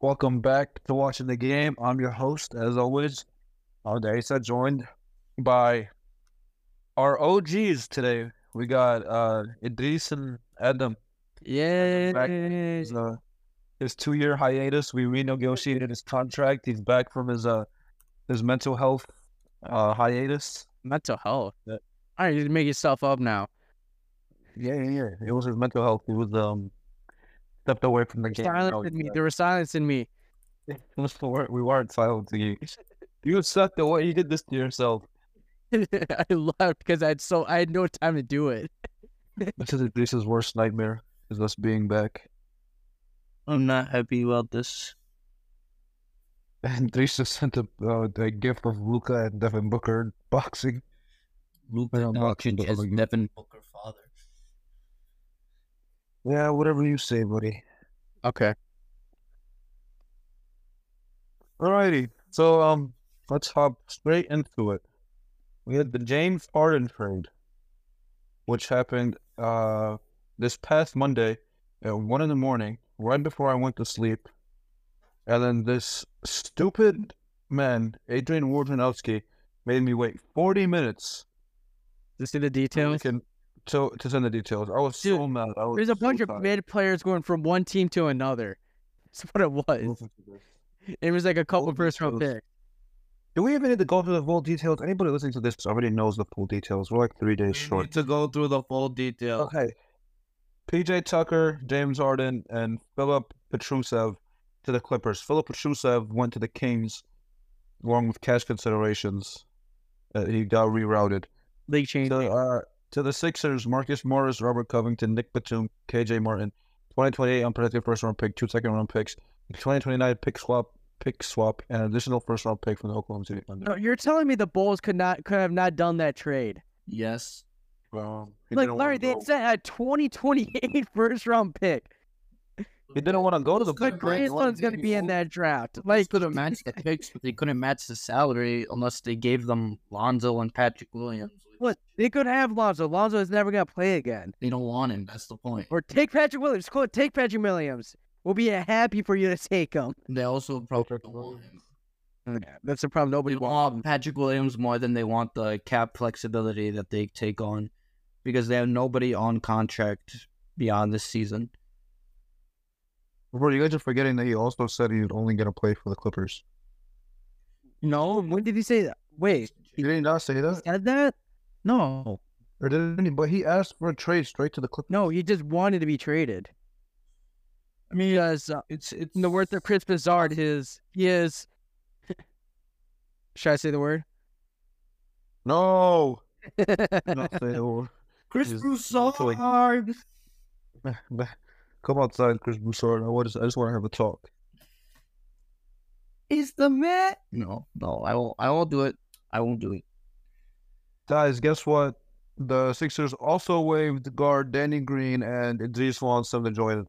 Welcome back to Watching the Game. I'm your host, as always, Aldesa, joined by our OGs today. We got uh, Idris and Adam. Yeah. His, uh, his two-year hiatus, we renegotiated his contract. He's back from his uh, his mental health uh, hiatus. Mental health. Yeah. All right, you make yourself up now. Yeah, yeah, yeah. It was his mental health. He was um stepped away from the game. No, Silencing me. There was silence in me. we weren't- we weren't silent to you. You stepped away. You did this to yourself. I left because I had so I had no time to do it. This is Idris's worst nightmare. Is us being back. I'm not happy about this. And Drisa sent a, uh, a gift of Luca and Devin Booker boxing. Luka Well, not Doncic the is other guy. Devin Booker father. Yeah, whatever you say, buddy. Okay. Alrighty. So um let's hop straight into it. We had the James Harden trade, which happened uh this past Monday at one in the morning, right before I went to sleep. And then this stupid man, Adrian Wojnarowski, made me wait forty minutes You see the to, details. can, to to send the details. I was so Dude, mad. I was There's a so bunch of tired. mid players going from one team to another. That's what it was. Listen to this. It was like a couple Holy first round smokes. picks. Do we even need to go through the full details? Anybody listening to this already knows the full details. We're like three days We short. need to go through the full detail. Okay. PJ Tucker, James Harden, and Philip Petrusev to the Clippers. Philip Petrusev went to the Kings along with cash considerations. Uh, he got rerouted. League change. To, uh, to the Sixers, Marcus Morris, Robert Covington, Nick Batum, KJ Martin, 2028 unprotected first round pick, two second round picks, 2029 pick swap, pick swap, and an additional first round pick from the Oklahoma City Thunder. No, you're telling me the Bulls could not could have not done that trade. Yes. Um, he Like didn't wanna Larry, they go- sent a 2028 first round pick. He didn't want to go to the My Bulls. Good grades. grandson's gonna be in that draft. Like could have matched the picks, but they couldn't match the salary unless they gave them Lonzo and Patrick Williams. Look, they could have Lonzo. Lonzo is never gonna play again. They don't want him. That's the point. Or take Patrick Williams. Cool, take Patrick Williams. We'll be happy for you to take him. They also probably Patrick don't want him. That's the problem. They Nobody wants. want Patrick Williams more than they want the cap flexibility that they take on because they have nobody on contract beyond this season. Bro, you guys are forgetting that he also said he was only going to play for the Clippers. No, when did he say that? Wait, He did he not say that, said that? No, or did he? But he asked for a trade straight to the Clippers. no, he just wanted to be traded I mean, because uh, it's it's in the words of Chris Bizard, his he is. Should I say the word? No, not say the word. Chris is Broussard. totally- Come outside, Chris Broussard. I want. to- I just want to have a talk. is the man. No, no, I won't. I won't do it. I won't do it. Guys, guess what? The Sixers also waived guard Danny Green and Idris wants them to join.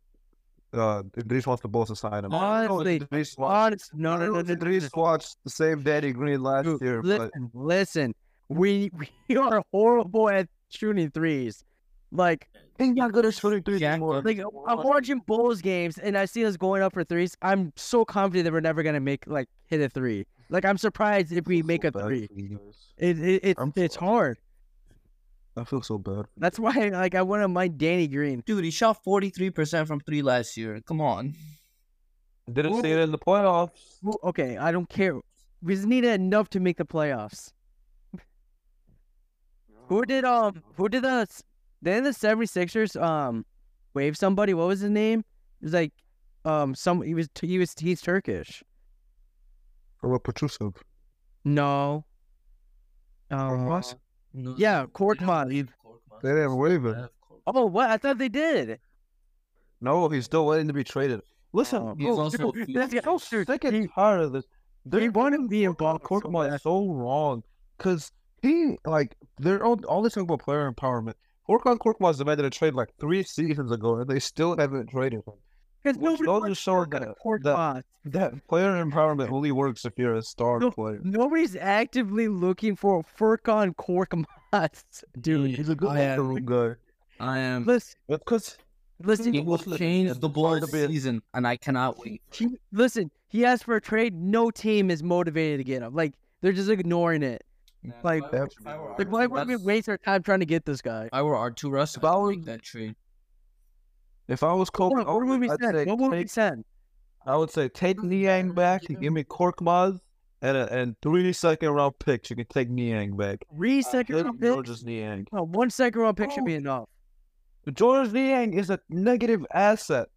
Uh, Idris wants the Bulls to sign him. I don't know if Honestly, Idris wants, Honest, I no, no, don't know no, if no, no, no. Idris wants the same Danny Green last Dude, year, but listen, listen. We we are horrible at shooting threes. Like he's not good at shooting threes Jack- anymore. like I'm watching Bulls games and I see us going up for threes. I'm so confident that we're never gonna make like hit a three. Like I'm surprised if we make a three. It, it, it I'm it's sorry. hard. I feel so bad. That's why like I wouldn't mind Danny Green. Dude, he shot forty three percent from three last year. Come on. Didn't see it in the playoffs. Well, Okay, I don't care. We just needed enough to make the playoffs. Who did um who did the then the 76ers um wave somebody? What was his name? It was like um some he was he was he's Turkish. Or what Petrusev? No. Um, Korkmaz? No, yeah, Korkmaz. Korkmaz. They didn't waive it. Oh, what? I thought they did. No, he's still waiting to be traded. Listen, Oh, I'm he's also a that's future. so so sick. sick and He, tired of this. They're he wanted to be involved. so Korkmaz bad. is so wrong because he like they're all all this talk about player empowerment. Orkan Korkmaz demanded a trade like three seasons ago, and they still haven't traded him. Because Which oh, nobody goes wants to to show work on a that- court that- boss. That player empowerment only works if you're a star No, player. Nobody's actively looking for Furkan Korkmaz, dude. Yeah. He's a good I am- locker room guy. I am. Listen, Because Listen, It will change the blood season, and I cannot wait. he, listen. He asked for a trade. No team is motivated to get him. Like they're just ignoring it. Like- That if I were Like why would we That's- waste our time trying to get this guy? I were R two Russ, If I I were- would make that trade. If I was Kobe, Hold on, what would we I'd send? say What would we take- send? I would say take Niang back and give me Korkmaz and a, and three second round picks. You can take Niang back. Three Uh, second good round picks. Georges Niang. No, one second round pick should Oh. be enough. Georges Niang is a negative asset.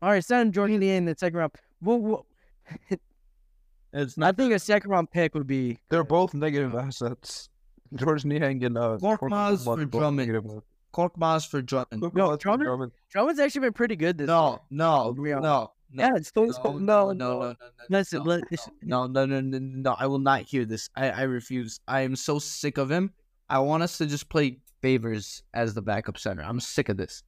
All right, send Jordan Lee in the second round. Well, well, It's I think a second round pick would be They're both negative assets. George Niang and uh, Korkmaz Korkmaz for both Drummond. negative assets. Korkmaz for Drummond. Korkmaz for Drummond- Drummond's actually been pretty good this. No, no, We are- no, yeah, it's still no, no, no, no, no, Listen, no, let- no, no, no, no, no, I will not hear this. I, I refuse. I am so sick of him. I want us to just play favors as the backup center. I'm sick of this.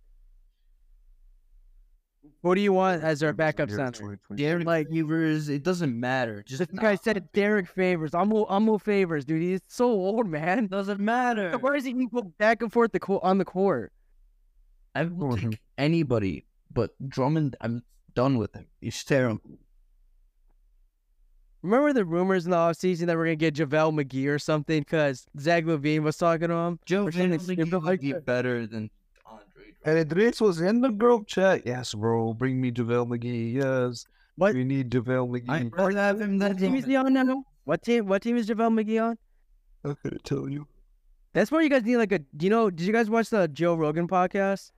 Who do you want as our Drummond backup was injured center? in 2020. Derek Like- favors, it doesn't matter. Just This nah. guy said Derek Favors. I'm all, I'm all Favors, dude. He's so old, man. doesn't matter. Why does he keep going back and forth the co- on the court? I will take anybody, but Drummond, I'm done with him. He's terrible. Remember the rumors in the offseason that we're gonna get JaVale McGee or something because Zach Levine was talking to him. Joe Christian Vanick Levine would like be that. better than Andre. Drummond. And Idris was in the group chat. Yes, bro. Bring me JaVale McGee. Yes. What- We need JaVale I'd McGee. rather have him than What team is he Drummond. on now? What team? What team is JaVale McGee on? I, couldn't tell you. That's where you guys need like a. You know? Did you guys watch the Joe Rogan podcast?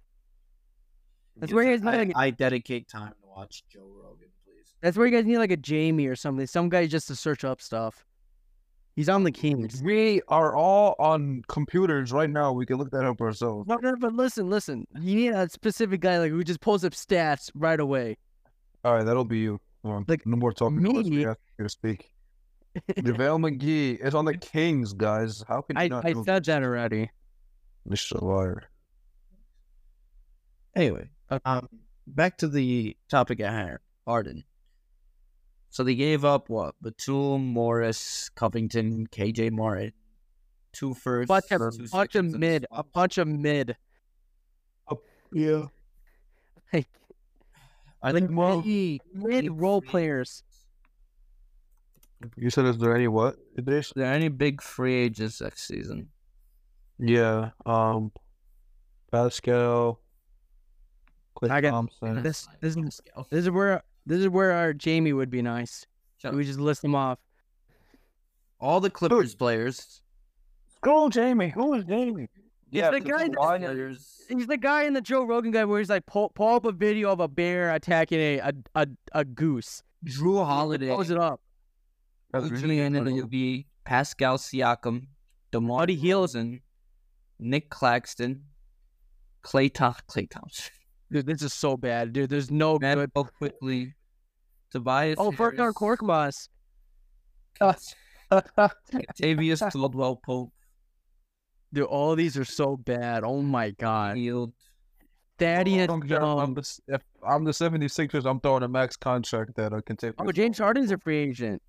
That's where he is I, now. I dedicate time to watch Joe Rogan, please. That's where you guys need like a Jamie or something. Some guy just to search up stuff. He's on the Kings. We are all on computers right now. We can look that up ourselves. No, no, but listen, listen. You need a specific guy like who just pulls up stats right away. All right, that'll be you. Come on, Like, no more talking. unless me- We have you to speak. JaVale McGee is on the Kings, guys. How can you I, not I know said that already. this shit liar? Anyway, um, back to the topic at hand, Harden. So they gave up what? Batum, Morris, Covington, KJ Martin, two firsts, Bunch of, two bunch of seconds, and mid, a swaps. bunch of mid. Yeah. Like I like, think well, maybe- mid role free- players. You said, is there any what, Idris? Are there any big free agents next season? Yeah. Um, Pascal, Cliff I got- Thompson. This this is this is where this is where our Jamie would be nice. Shut We up. just list them off. all the Clippers players. Scroll Jamie. Who is Jamie? Yeah, the guy that- Kawhi- players. He's the guy in the Joe Rogan guy where he's like pull, pull up a video of a bear attacking a a a, a goose. Drew Holiday. Close it up. Julian Embiid, Pascal Siakam, DeMar Buddy Hield. DeRozan, Nick Claxton, Clay, Thom- Clay Thompson, Dude, this is so bad, dude. There's no Matt good. quickly, Tobias. Oh, Furkan Harris, Korkmaz. Tavius Caldwell Pope, Dude, all these are so bad. Oh my god. Hield. Thaddeus I'm, Young. the, if I'm the 76ers. I'm throwing a max contract that I can take. Oh, James Harden's a free agent.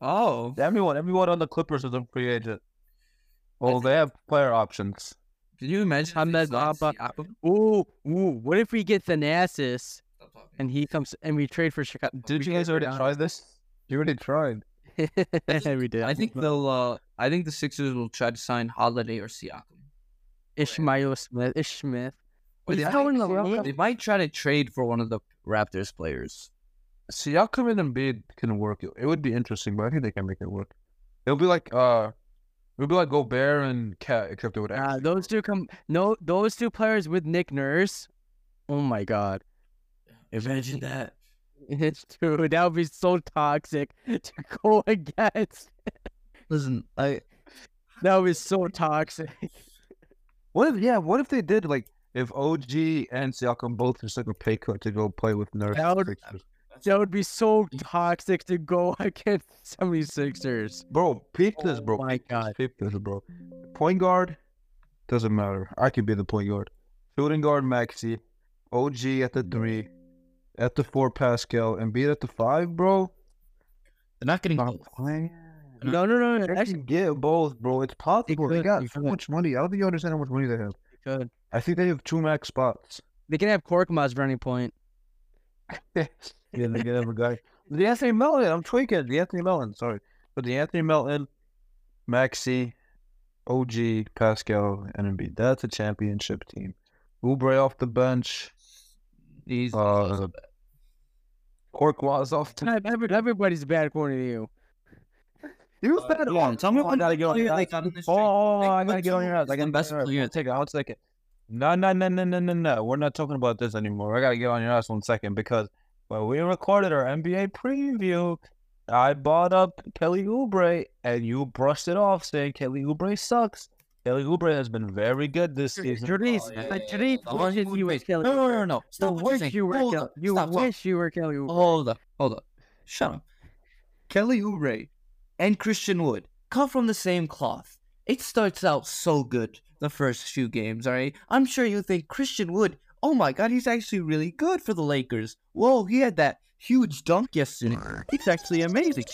Oh, Everyone, everyone on the Clippers is a free agent. Well, they have player options. can you imagine? if they Ahmed signed Abba. Siakam? Ooh, ooh. What if we get Thanasis and he comes and we trade for Chicago? Did we you trade guys for already Giannis. try this? You already tried. we did. I think they'll. Uh, I think the Sixers will try to sign Holiday or Siakam. Ishmael Smith. Ish Smith. Or He's they still might- in the league? They might try to trade for one of the Raptors players. Siakam and Embiid can work. It would be interesting, but I think they can make it work. It'll be like uh, it'll be like Gobert and Cat, except it would. Ah, actually those two come. No, those two players with Nick Nurse. Oh my god, Imagine that. dude, that would be so toxic to go against. Listen, I That was so toxic. What if yeah? What if they did like if OG and Siakam both just took a pay cut to go play with Nurse? That would- Sixers? That would be so toxic to go against 76ers. Bro, peep this, bro. Oh my god. Peep this, bro. Point guard doesn't matter. I could be the point guard. Shooting guard Maxi, OG at the three, at the four Pascal, and beat at the five, bro. they're not getting Not playing. No, no, no, no. They Actually, can get both, bro. It's possible. They could, got they so could, much they money. I don't think you understand how much money they have. good. I think they have two max spots. They can have Korkmaz running point. yeah, they can have a guy. The Anthony Melton. I'm tweaking. The Anthony Melton. Sorry, but the Anthony Melton, Maxi, OG, Pascal, and Embiid. That's a championship team. Oubre off the bench. He's Uh, Korkmaz off the. Every- Everybody's bad according to you. You Uh, come on, tell me I when gotta to get on. play it, I- like, on this oh, train. oh, Like, I gotta which get on your ass. one I is the gotta best get on your player? ass. Take a hot second. No, no, no, no, no, no, no. We're not talking about this anymore. I gotta get on your ass one second because when we recorded our NBA preview, I brought up Kelly Oubre and you brushed it off, saying Kelly Oubre sucks. Kelly Oubre has been very good this season. Today's Oh, yeah, yeah, like, yeah. today's The one wishes who you were makes- Kelly No, no, Oubre. no, no. You Stop what you're wish saying. you were Hold Kelly. up. You Stop, stop. wish you were Kelly. Oubre. Hold up. Hold up. Shut up. Kelly Oubre and Christian Wood come from the same cloth. It starts out so good the first few games, all right? I'm sure you think Christian Wood, oh my god, he's actually really good for the Lakers. Whoa, he had that huge dunk yesterday. He's actually amazing.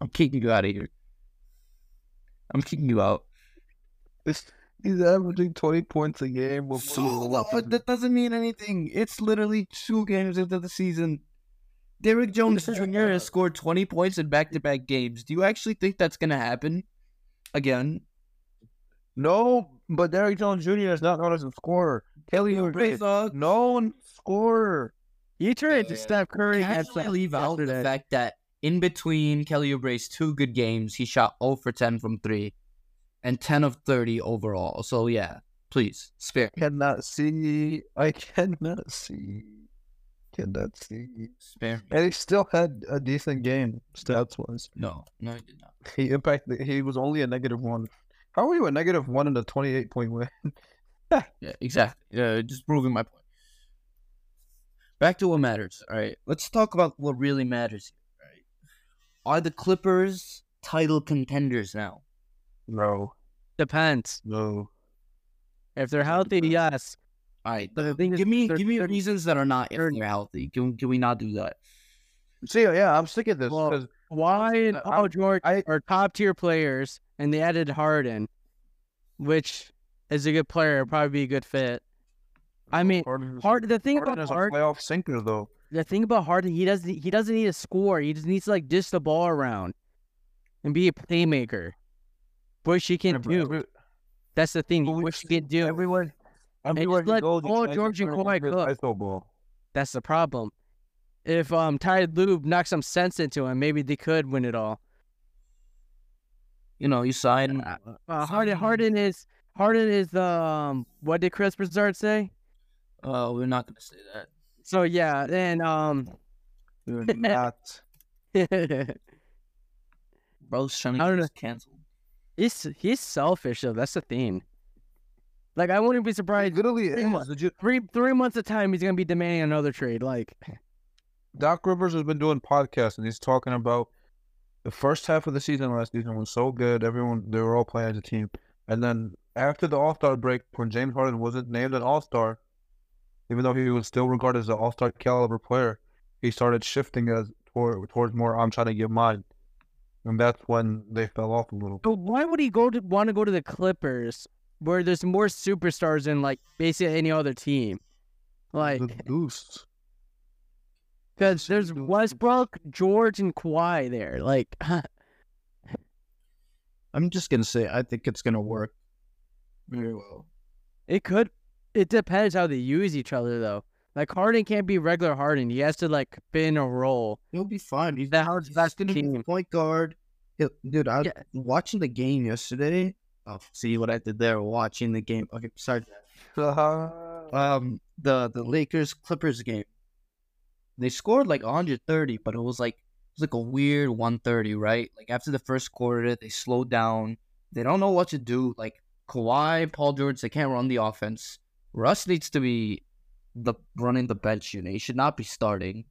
I'm kicking you out of here. I'm kicking you out. He's averaging 20 points a game. with So what? That doesn't mean anything. It's literally two games into the season. Derrick Jones Jr. has scored 20 points in back to back games. Do you actually think that's going to happen again? No, but Derrick Jones Jr. is not known as a scorer. Kelly Oubre is a Sucks. known scorer. You turned to Oh, Yeah. Steph Curry Can I and actually Steph leave out the yesterday. fact that in between Kelly Oubre's two good games, he shot 0 for 10 from 3 and 10 of 30 overall. So, yeah, please, spare. cannot see. I cannot see. Cannot see. Spare. me. And he still had a decent game stats wise. No, no, you did not. He impacted. He was only a negative one. How are you a negative one in a twenty-eight point win? Yeah, exactly. Uh, just proving my point. Back to what matters. All right, let's talk about what really matters. Here, all right? Are the Clippers title contenders now? No, Depends. no. If they're healthy, yes. All right, The thing is, give me they're- give me they're- reasons that are not if they're healthy. Can, can we not do that? See, yeah, I'm sick of this Well, 'cause Why and Uh, Paul I'm- George I- are top tier players, and they added Harden, which is a good player, probably be a good fit. I mean, Harden is- Hard. The thing Harden about is a Harden, playoff sinker, though. the thing about Harden, he doesn't he doesn't need to score. He just needs to like dish the ball around, and be a playmaker, which he can do. Every- That's the thing, but we- which he can do. Everyone, everywhere let you go, these Paul guys are George and turning Kawhi into cook. an iso ball. That's the problem. If um Ty Lube knocks some sense into him, maybe they could win it all. You know, you sign. Uh, Uh, Harden, Harden is Harden is the um, what did Chris Broussard say? Uh, we're not gonna say that. So yeah, and um, You're not. Bro's trying I to don't get know. us canceled. he's he's selfish though. That's the thing. Like I wouldn't be surprised. Literally, Pretty much. is. Did you- Three three months of time, he's gonna be demanding another trade. Like Doc Rivers has been doing podcasts and he's talking about the first half of the season last season was so good. Everyone they were all playing as a team. And then after the All Star break, when James Harden wasn't named an All Star, even though he was still regarded as an All Star caliber player, he started shifting as toward, towards more. I'm trying to get mine, and that's when they fell off a little. But why would he go to want to go to the Clippers where there's more superstars than like basically any other team? Like the Goose. because there's Westbrook, George, and Kawhi there. Like I'm just gonna say I think it's gonna work very well. it could. It depends how they use each other though. Like Harden can't be regular Harden. He has to like spin a role. He'll be fine. He's That how's He's that's gonna be team. point guard. He'll- Dude, I was Yeah. watching the game yesterday. Oh, see what I did there? Watching the game. Okay, sorry. Uh-huh. Um, the the Lakers Clippers game. They scored like 130, but it was like it was like a weird 130, right? Like after the first quarter, they slowed down. They don't know what to do. Like Kawhi, Paul George, they can't run the offense. Russ needs to be the running the bench unit. He should not be starting.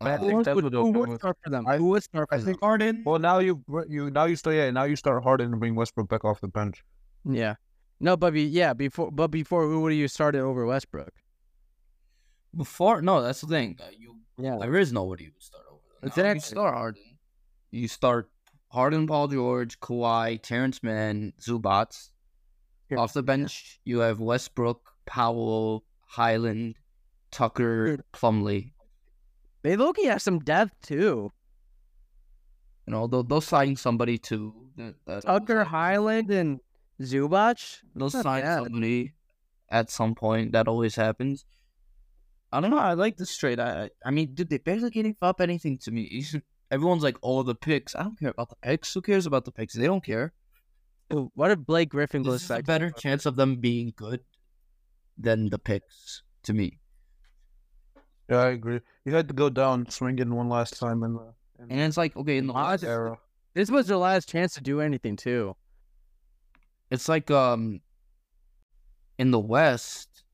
Oh, I Who think would- that's what they'll who do would with- start for them? I- Who would start for I them? think. Harden. Well, now you you now you start yeah now you start Harden and bring Westbrook back off the bench. Yeah. No, but be, yeah, before but before who would you started over Westbrook? Before no, that's the thing. Uh, you Yeah. there is nobody who would start over. them. Exactly. Now, you start Harden. You start Harden, Paul George, Kawhi, Terrence Mann, Zubats. Yeah. Off the bench, you have Westbrook, Powell, Highland, Tucker, Plumlee. They Loki has some depth too. And although they'll sign somebody too. that- that- Tucker Highland and Zubac. They'll not sign bad. somebody at some point. That always happens. I don't know. I like this trade. I I- I mean, dude, they barely gave up anything to me. Everyone's like, "Oh, the picks." I don't care about the picks. Who cares about the picks? They don't care. Ooh, What if Blake Griffin This goes is a back? better chance of them being good than the picks to me. Yeah, I agree. You had to go down swinging one last time in the And it's like, okay, in the Odds- last era. This was their last chance to do anything too. it's like um in the west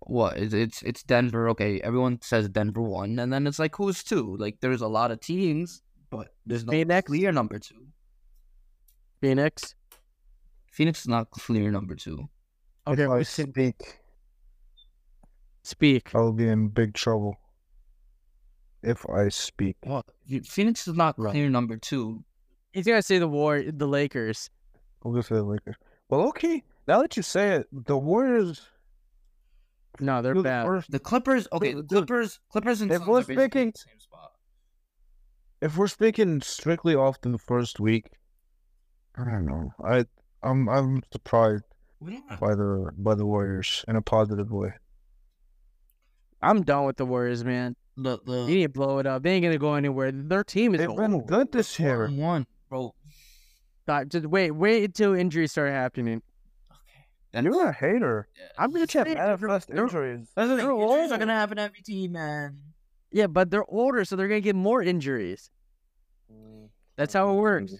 what it's it's, it's denver okay everyone says denver one and then it's like who's two like there's a lot of teams but there's no Phoenix? clear number two Phoenix. phoenix is not clear number two Okay, if I we can speak, speak. I will be in big trouble. If I speak, what phoenix is not Right. clear number two He's gonna say the war, the Lakers. I'll go for the Lakers. Well, okay. Now that you say it, the Warriors. No, they're the bad. Warriors- the clippers okay the Dude, clippers clippers and if Suns we're are basically speaking- in the same spot If we're speaking strictly off the first week, I don't know. I I'm I'm surprised by the by the Warriors in a positive way. I'm done with the Warriors, man. the You the need to blow it up. They ain't gonna go anywhere. Their team is They've been old. good this year. one bro Stop- Just wait, wait until injuries start happening. okay And you're a hater. yeah. I'm gonna Can't saying, manifest they're- injuries. that's the thing. They're Injuries are old. gonna happen to every team man Yeah, but they're older, so they're gonna get more injuries. Mm. That's how it works.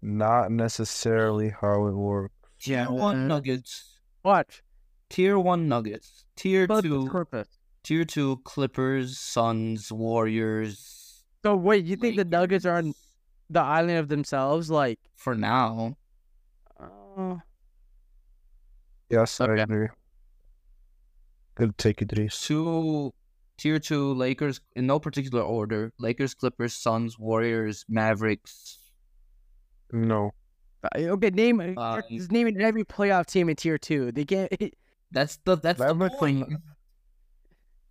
Not necessarily how it works. Tier Uh, one Nuggets, Watch. tier one Nuggets, tier But the two, purpose. tier two Clippers, Suns, Warriors. So wait, you think the Nuggets are on Lakers the island of themselves? Like, for now? uh, Yes, Okay. I agree. Good take, Idris. Two tier two Lakers in no particular order: Lakers, Clippers, Suns, Warriors, Mavericks. No. okay, name Uh, just naming every playoff team in tier two. They can't. That's the that's the Mavericks are point.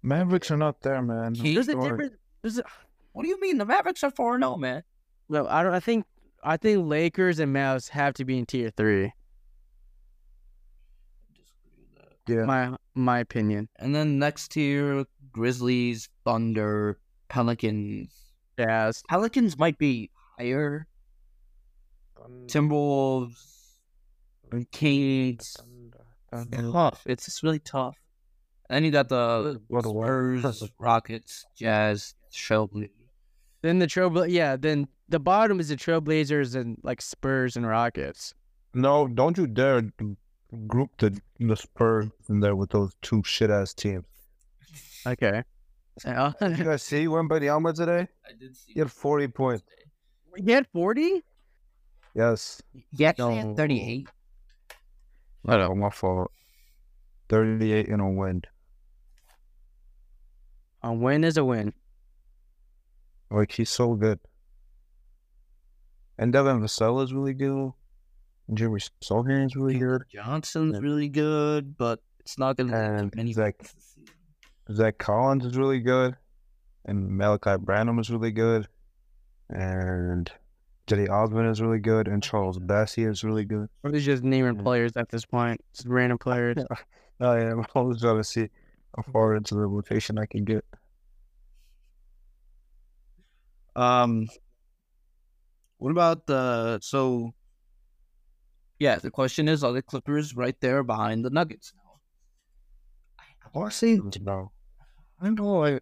Mavericks are not there, man. Heat There's a Sorry. different. There's a, What do you mean the Mavericks are four zero, man? no, I don't. I think I think Lakers and Mavs have to be in tier three. Yeah. My my opinion. And then next tier: Grizzlies, Thunder, Pelicans. Jazz. Pelicans might be higher. Timberwolves, Kings. It's tough. It's just really tough. And you got the What a word. Spurs, Rockets, Jazz, Shelby. Then the Trailbla yeah, then the bottom is the Trailblazers and like Spurs and Rockets. No, don't you dare g- group the the Spurs in there with those two shit ass teams. Okay. Uh, You guys see went by the Alma today? I did see. He had forty points. he had forty? Yes. Yeah, No. 38. I know, my fault. Thirty eight in a win. A win is a win. Like he's so good. And Devin Vassell is really good. Jimmy Sohan is really good. Johnson's really good, but it's not going to And be many Zach. wins this season. Zach Collins is really good, and Malachi Branham is really good, and Jetty Osmond is really good, and Charles Bassier is really good. Or he's just naming players at this point. Just random players. I am Oh, always trying to see how far into the rotation I can get. Um, what about the so? Yeah, the question is: Are the Clippers right there behind the Nuggets now? I want to say No, I don't know. I,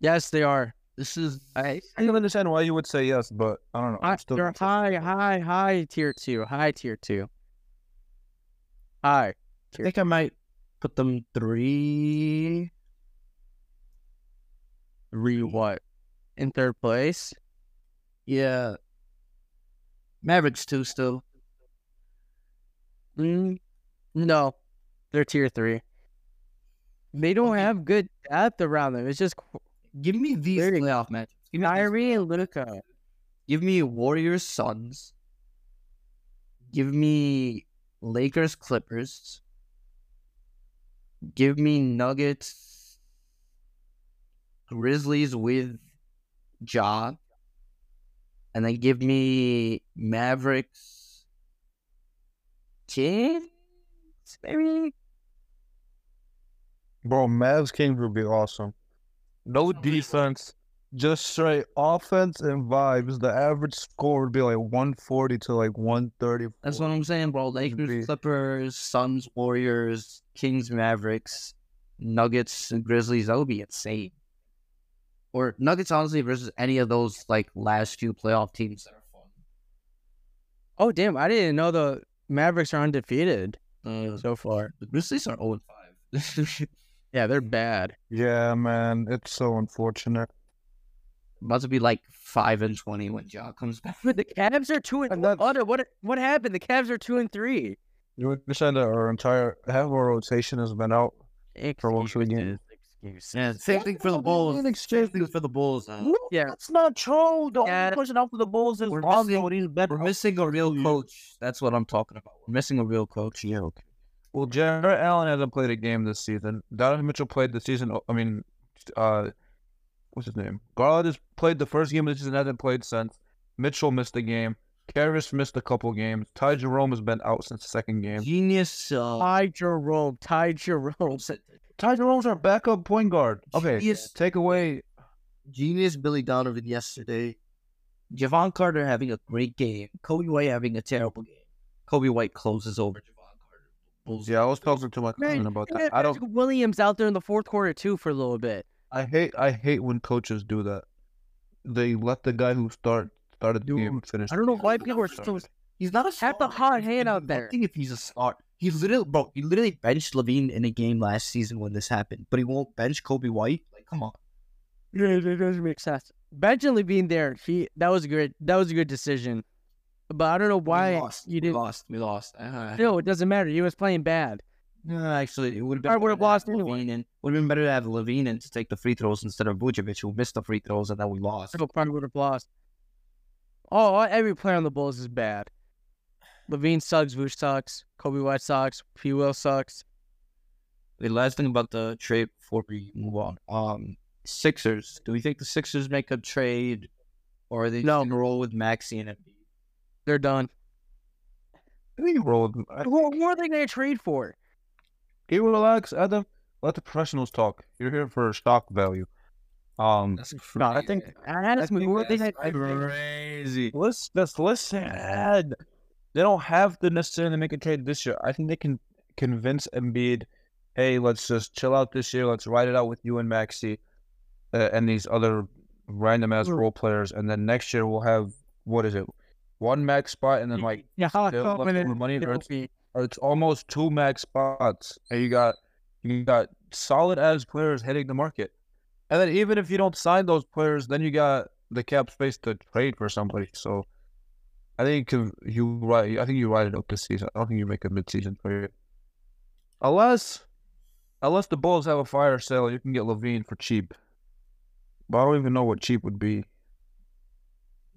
Yes, they are. this is I, I can understand why you would say yes, but I don't know. I, they're high, high, high tier two. High tier two. High. I think I might put them three. Re what? In third place? Yeah. Mavericks two still. Mm, no. They're tier three. They don't Okay. have good depth around them. It's just qu- Give me these They're- playoff matches. Give me, Kyrie and Luca. give me Warriors Suns. Give me Lakers Clippers. Give me Nuggets Grizzlies with Ja. And then give me Mavericks Kings, maybe? Bro, Mavs Kings would be awesome. No defense, just straight offense and vibes. The average score would be like 140 to like 130. That's what I'm saying, bro. be- Lakers, Clippers, Suns, Warriors, Kings, Mavericks, Nuggets, and Grizzlies. That would be insane. Or Nuggets, honestly, versus any of those like last few playoff teams that are fun. Oh damn! I didn't know the Mavericks are undefeated Uh, so far. the Grizzlies are 0 5. Yeah, they're bad. Yeah, man. It's so unfortunate. About to be like 5 and 20 when Ja comes back. But the Cavs are two and Another- Otto, what what happened? The Cavs are two and three. You understand that our entire half our rotation has been out. For one short game. Excuses. Yeah, same thing for the Bulls. Same thing for the Bulls. uh, Yeah. That's not true. The Yeah. person out for the Bulls is We're Lonzo, missing- and he's better. We're missing a real coach. That's what I'm talking about. We're missing a real coach. Yeah, okay. Well, Jared Allen hasn't played a game this season. Donovan Mitchell played the season. I mean, uh, what's his name? Garland has played the first game of the season. Hasn't played since. Mitchell missed a game. Karras missed a couple games. Ty Jerome has been out since the second game. Genius. Uh, Ty Jerome. Ty Jerome. Ty Jerome's our backup point guard. Okay, Yes. take away. genius Billy Donovan yesterday. Javon Carter having a great game. Kobe White having a terrible game. Kobe White closes over Javon Carter. Bulls. Yeah, I was talking to my cousin Man, about and then that. I don't. Patrick Williams out there in the fourth quarter too for a little bit. I hate. I hate when coaches do that. They let the guy who start started the Dude, game finish. I don't know the why game. people are still. He's not a star. Have the hot He's hand out there. nothing if he's a star. He literally, bro, he literally benched Levine in a game last season when this happened, but he won't bench Kobe White. Like, come on. Yeah, that doesn't make sense. Benjamin being there, he that was a good that was a good decision, but I don't know why we lost. you We didn't. lost. We lost. Uh, No, it doesn't matter. He was playing bad. no, actually, it would have been. I would've better to lost have anyway. Levine in. Would have been better to have Levine in to take the free throws instead of Vucevic, who missed the free throws and then we lost. Still probably would have lost. Oh, every player on the Bulls is bad. Levine sucks. Vuce sucks. Kobe White sucks. P. Will sucks. the last thing about the trade before we move on. Um, Sixers. Do we think the Sixers make a trade, or are they No. just gonna roll with Maxi and Embiid? They're done. I think he rolled. I- Who, who are they going to trade for? Hey, relax, Adam. Let the professionals talk. You're here for stock value. Um, That's crazy. No, I think I ask me think who are they that's gonna- crazy. let's just listen. They don't have to necessarily make a trade this year. I think they can convince Embiid, hey, let's just chill out this year. Let's ride it out with you and Maxi, uh, and these other random ass Sure. role players. And then next year we'll have what is it, one max spot, and then like yeah, they'll come left in over money, and or they'll it's be- or it's almost two max spots, and you got you got solid as players hitting the market. And then even if you don't sign those players, then you got the cap space to trade for somebody. So I think you can- you right. I think you ride it up this season. I don't think you make a midseason trade, unless unless the Bulls have a fire sale. You can get Levine for cheap. But I don't even know what cheap would be.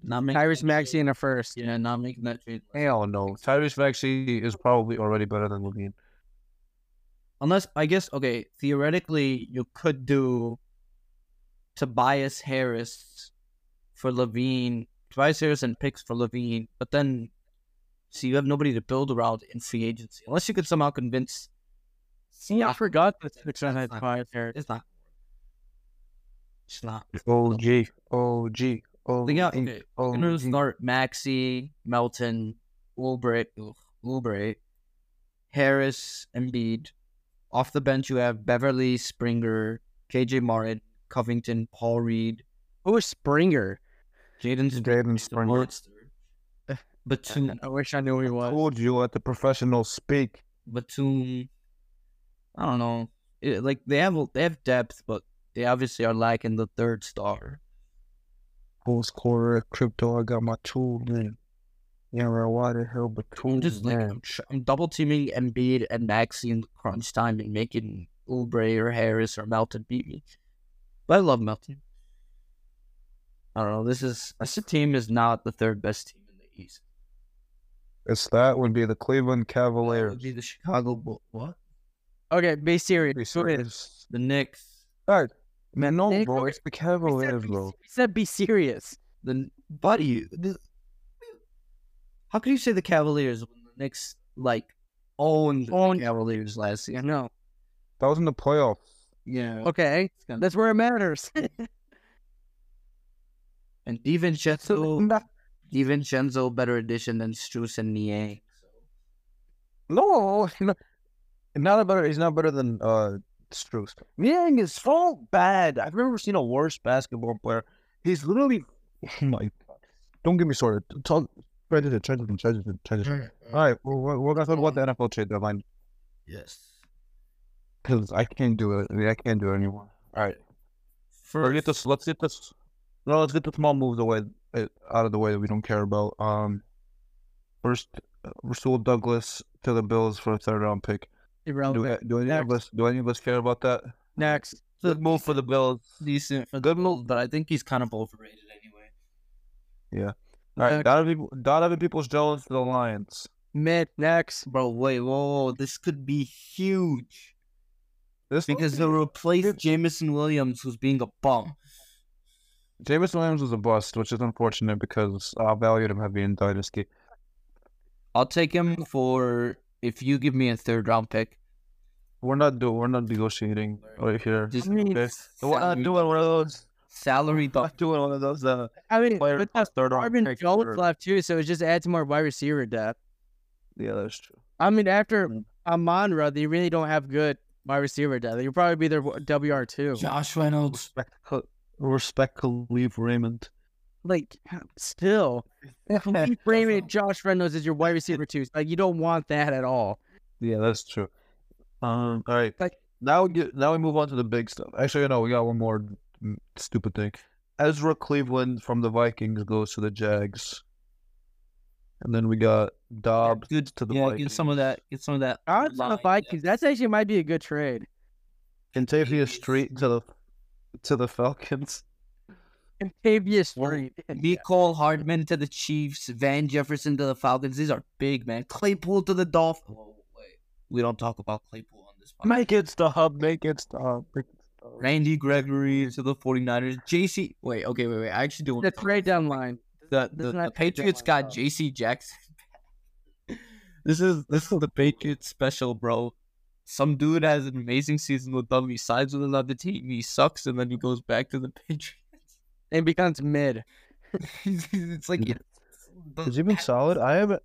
Not making Tyrese that Maxey in a first. trade. Yeah, not making that trade. Hell no. Tyrese Maxey is probably already better than Levine. Unless I guess okay, theoretically you could do Tobias Harris for Levine, Tobias Harris and picks for Levine, but then see you have nobody to build around in free agency unless you could somehow convince. See, I Ah, forgot the six that's had not- five there. It's not. It's not. OG, OG, OG. Think out. Okay, Oh, we're gonna gee. start Maxi, Melton, Ulbricht, ugh, Ulbricht, Harris, Embiid. Off the bench, you have Beverly, Springer, KJ Martin, Covington, Paul Reed, Who is Springer? Jaden Jaden Springer. Batum, I wish I knew who he I was. told you let the professionals speak. Batum. I don't know. It- like they have they have depth, but they obviously are lacking the third star. Bulls quarter crypto. I got my tool in. Yeah, right, why the hell between I'm just like I'm, tr- I'm double teaming Embiid and Maxi in the crunch time and making Oubre or Harris or Melton beat me. But I love Melton. I don't know. This is this team is not the third best team in the East. It's that would be the Cleveland It Cavaliers. would be the Chicago Bull- what? Okay, be serious. Be Go ahead. serious. The Knicks. Alright. Man, no, Nick, bro. okay. It's the We said Cavaliers, be- bro. we said be serious. The buddy. The, how could you say the Cavaliers when the Knicks like owned, Owned. the Cavaliers last year? No. That was in the playoffs. Yeah. Okay, It's gonna- that's where it matters. And DiVincenzo, No, DiVincenzo, better addition than Struess and Nie. no, no. not a better. He's not better than uh Struz. Niang is so bad. I've never seen a worse basketball player. He's literally. Oh my god! Don't get me started. Talk. Transition. Transition. Transition. Transition. All right, we're, we're- we're gonna talk about the NFL trade deadline Yes. because I can't do it. I, mean, I can't do it anymore. All right, First, let's get this. Let's get this. No, let's get the small moves away uh, out of the way that we don't care about. Um, first, uh, Rasul Douglas to the Bills for a third round pick. Do, Irrelevant. a- do any of us? Do any of us care about that? Next. Good move for the Bills. decent for good move, but I think he's kind of overrated anyway. All right, Next. Donovan, Donovan Peoples Jones to the Lions. Mid. Next. Bro, wait, whoa, whoa, this could be huge This because they'll replace Jamison Williams, who's being a bum. Jameis Williams was a bust, which is unfortunate because I valued him heavy in dynasty. I'll take him for if you give me a third round pick. We're not do. We're not negotiating right here. Just uh, I mean, Okay. We're not salary, doing one of those. salary We're bump. not doing one of those. Uh, I mean, player but plus that's third round Marvin pick Jones for- left too, so it just adds more wide receiver depth. Yeah, that's true. I mean, after Mm. Amonra, they really don't have good wide receiver depth. You'll probably be their WR two. Josh Reynolds. Respect, respect, Khalif Raymond. Like, still, Keith Raymond, and Josh Reynolds is your wide receiver two. Like, you don't want that at all. Yeah, that's true. Um, all right. Like- now we get, now we move on to the big stuff. Actually, no, we got one more mm, stupid thing. Ezra Cleveland from the Vikings goes to the Jags, and then we got Dobbs Good to the yeah, Vikings. get some of that. Get some of that. Odds on the line Vikings. That's actually might be a good trade. Kentavious Street to the to the Falcons. And Tavius Well, Street. depth. Nicole Hardman to the Chiefs. Van Jefferson to the Falcons. These are big, man. Claypool to the Dolphins. Whoa, wait. We don't talk about Claypool on this podcast. Make it stop. Make it stop. Make it stop. Randy Gregory to the 49ers. JC. Wait, okay, wait, wait. I actually do want The trade deadline. the, Doesn't the, that the pick that Patriots one got up? JC Jackson. this is this is the Patriots special, bro. Some dude has an amazing season with them. He signs with another team. He sucks, and then he goes back to the Patriots. and becomes mid. it's like Yeah. the- Has he been solid? I haven't.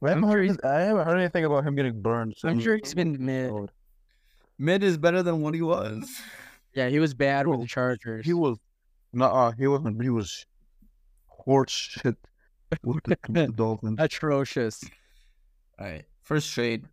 I haven't, I'm heard, sure anyth- I haven't heard anything about him getting burned. so Oh. I'm sure he's been mid. solid. mid is better than what he was. Yeah, he was bad with Bro, the Chargers. He was. Nah, he wasn't. He was horse shit with the, with the Dolphins. atrocious. All right, first trade,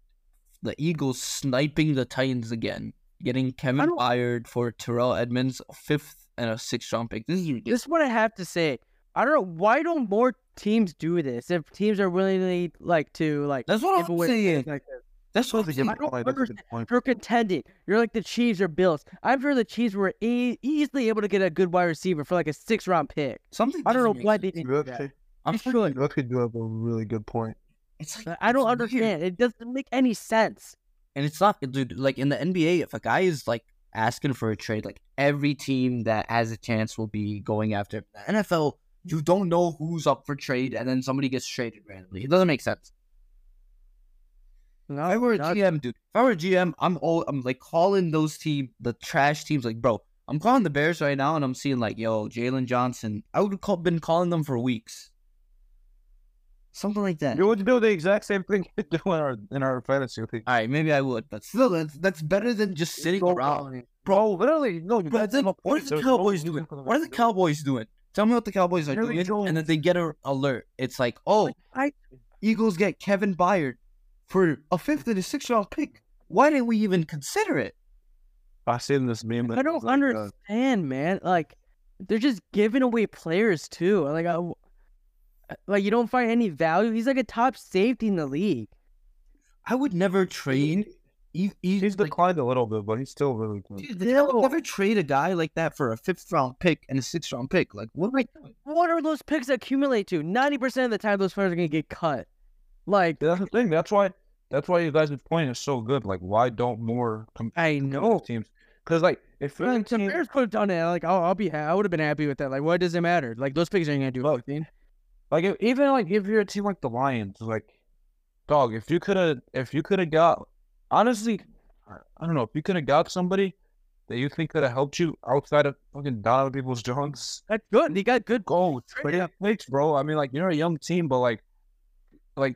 the Eagles sniping the Titans again, getting Kevin don't- Byard for Terrell Edmonds, a fifth and a sixth round pick. This is ridiculous. This is what I have to say. I don't know why don't more teams do this if teams are willingly like to like That's what give I'm away saying. like this. That's what I'm saying. don't Oh, that's a good point. If you're contending, you're like the Chiefs or Bills. I'm sure the Chiefs were e- easily able to get a good wide receiver for like a six round pick. Something I don't know doesn't make why sense. they didn't You do that. actually, I'm They sure should. you actually do have a really good point. it's like Like, I don't it's weird. understand. It doesn't make any sense. And it's not, dude. Like in the NBA, if a guy is like asking for a trade, like every team that has a chance will be going after. him. The NFL, you don't know who's up for trade, and then somebody gets traded randomly. It doesn't make sense. No, If I were a no, GM, dude. If I were a GM, I'm all I'm like calling those team the trash teams. Like, bro, I'm calling the Bears right now, and I'm seeing like, yo, Jalen Johnson. I would have call, been calling them for weeks. Something like that. You would do the exact same thing you do in our in our fantasy league. All right, maybe I would, but still, that's that's better than just sitting Go around. Bro, literally, no. you But got then, no what point. are the There's no Cowboys reason doing? for them What are to the do it. Cowboys doing? Tell me what the Cowboys are They're the doing, and then Jones. they get an alert. It's like, oh, I- Eagles get Kevin Byard for a fifth and a sixth round pick. Why didn't we even consider it? I seen this meme. and I it was don't like, uh, understand, man. Like, they're just giving away players too. Like, I, uh, like you don't find any value. He's like a top safety in the league. I would never trade He, he, He's like, declined a little bit, but he's still really good. dude, they would never trade a guy like that for a fifth round pick and a sixth round pick. Like, what am I doing? What are those picks accumulate to? Ninety percent of the time, those players are gonna get cut. Like That's the thing. That's why. That's why you guys' point is so good. Like, why don't more com- I know. competitive teams? Because like, if you're in a Like, the team, Bears could have done it. Like, oh, I'll be, ha- I would have been happy with that. Like, what does it matter? Like, those picks aren't gonna do Look, anything. Like if, even like if you're a team like the Lions, like dog, if you could have if you could have got honestly, I- I don't know if you could have got somebody that you think could have helped you outside of fucking Donovan Peoples Jones, That's good. He got good. go Trade trade up up. picks, bro. I mean, like you're a young team, but like like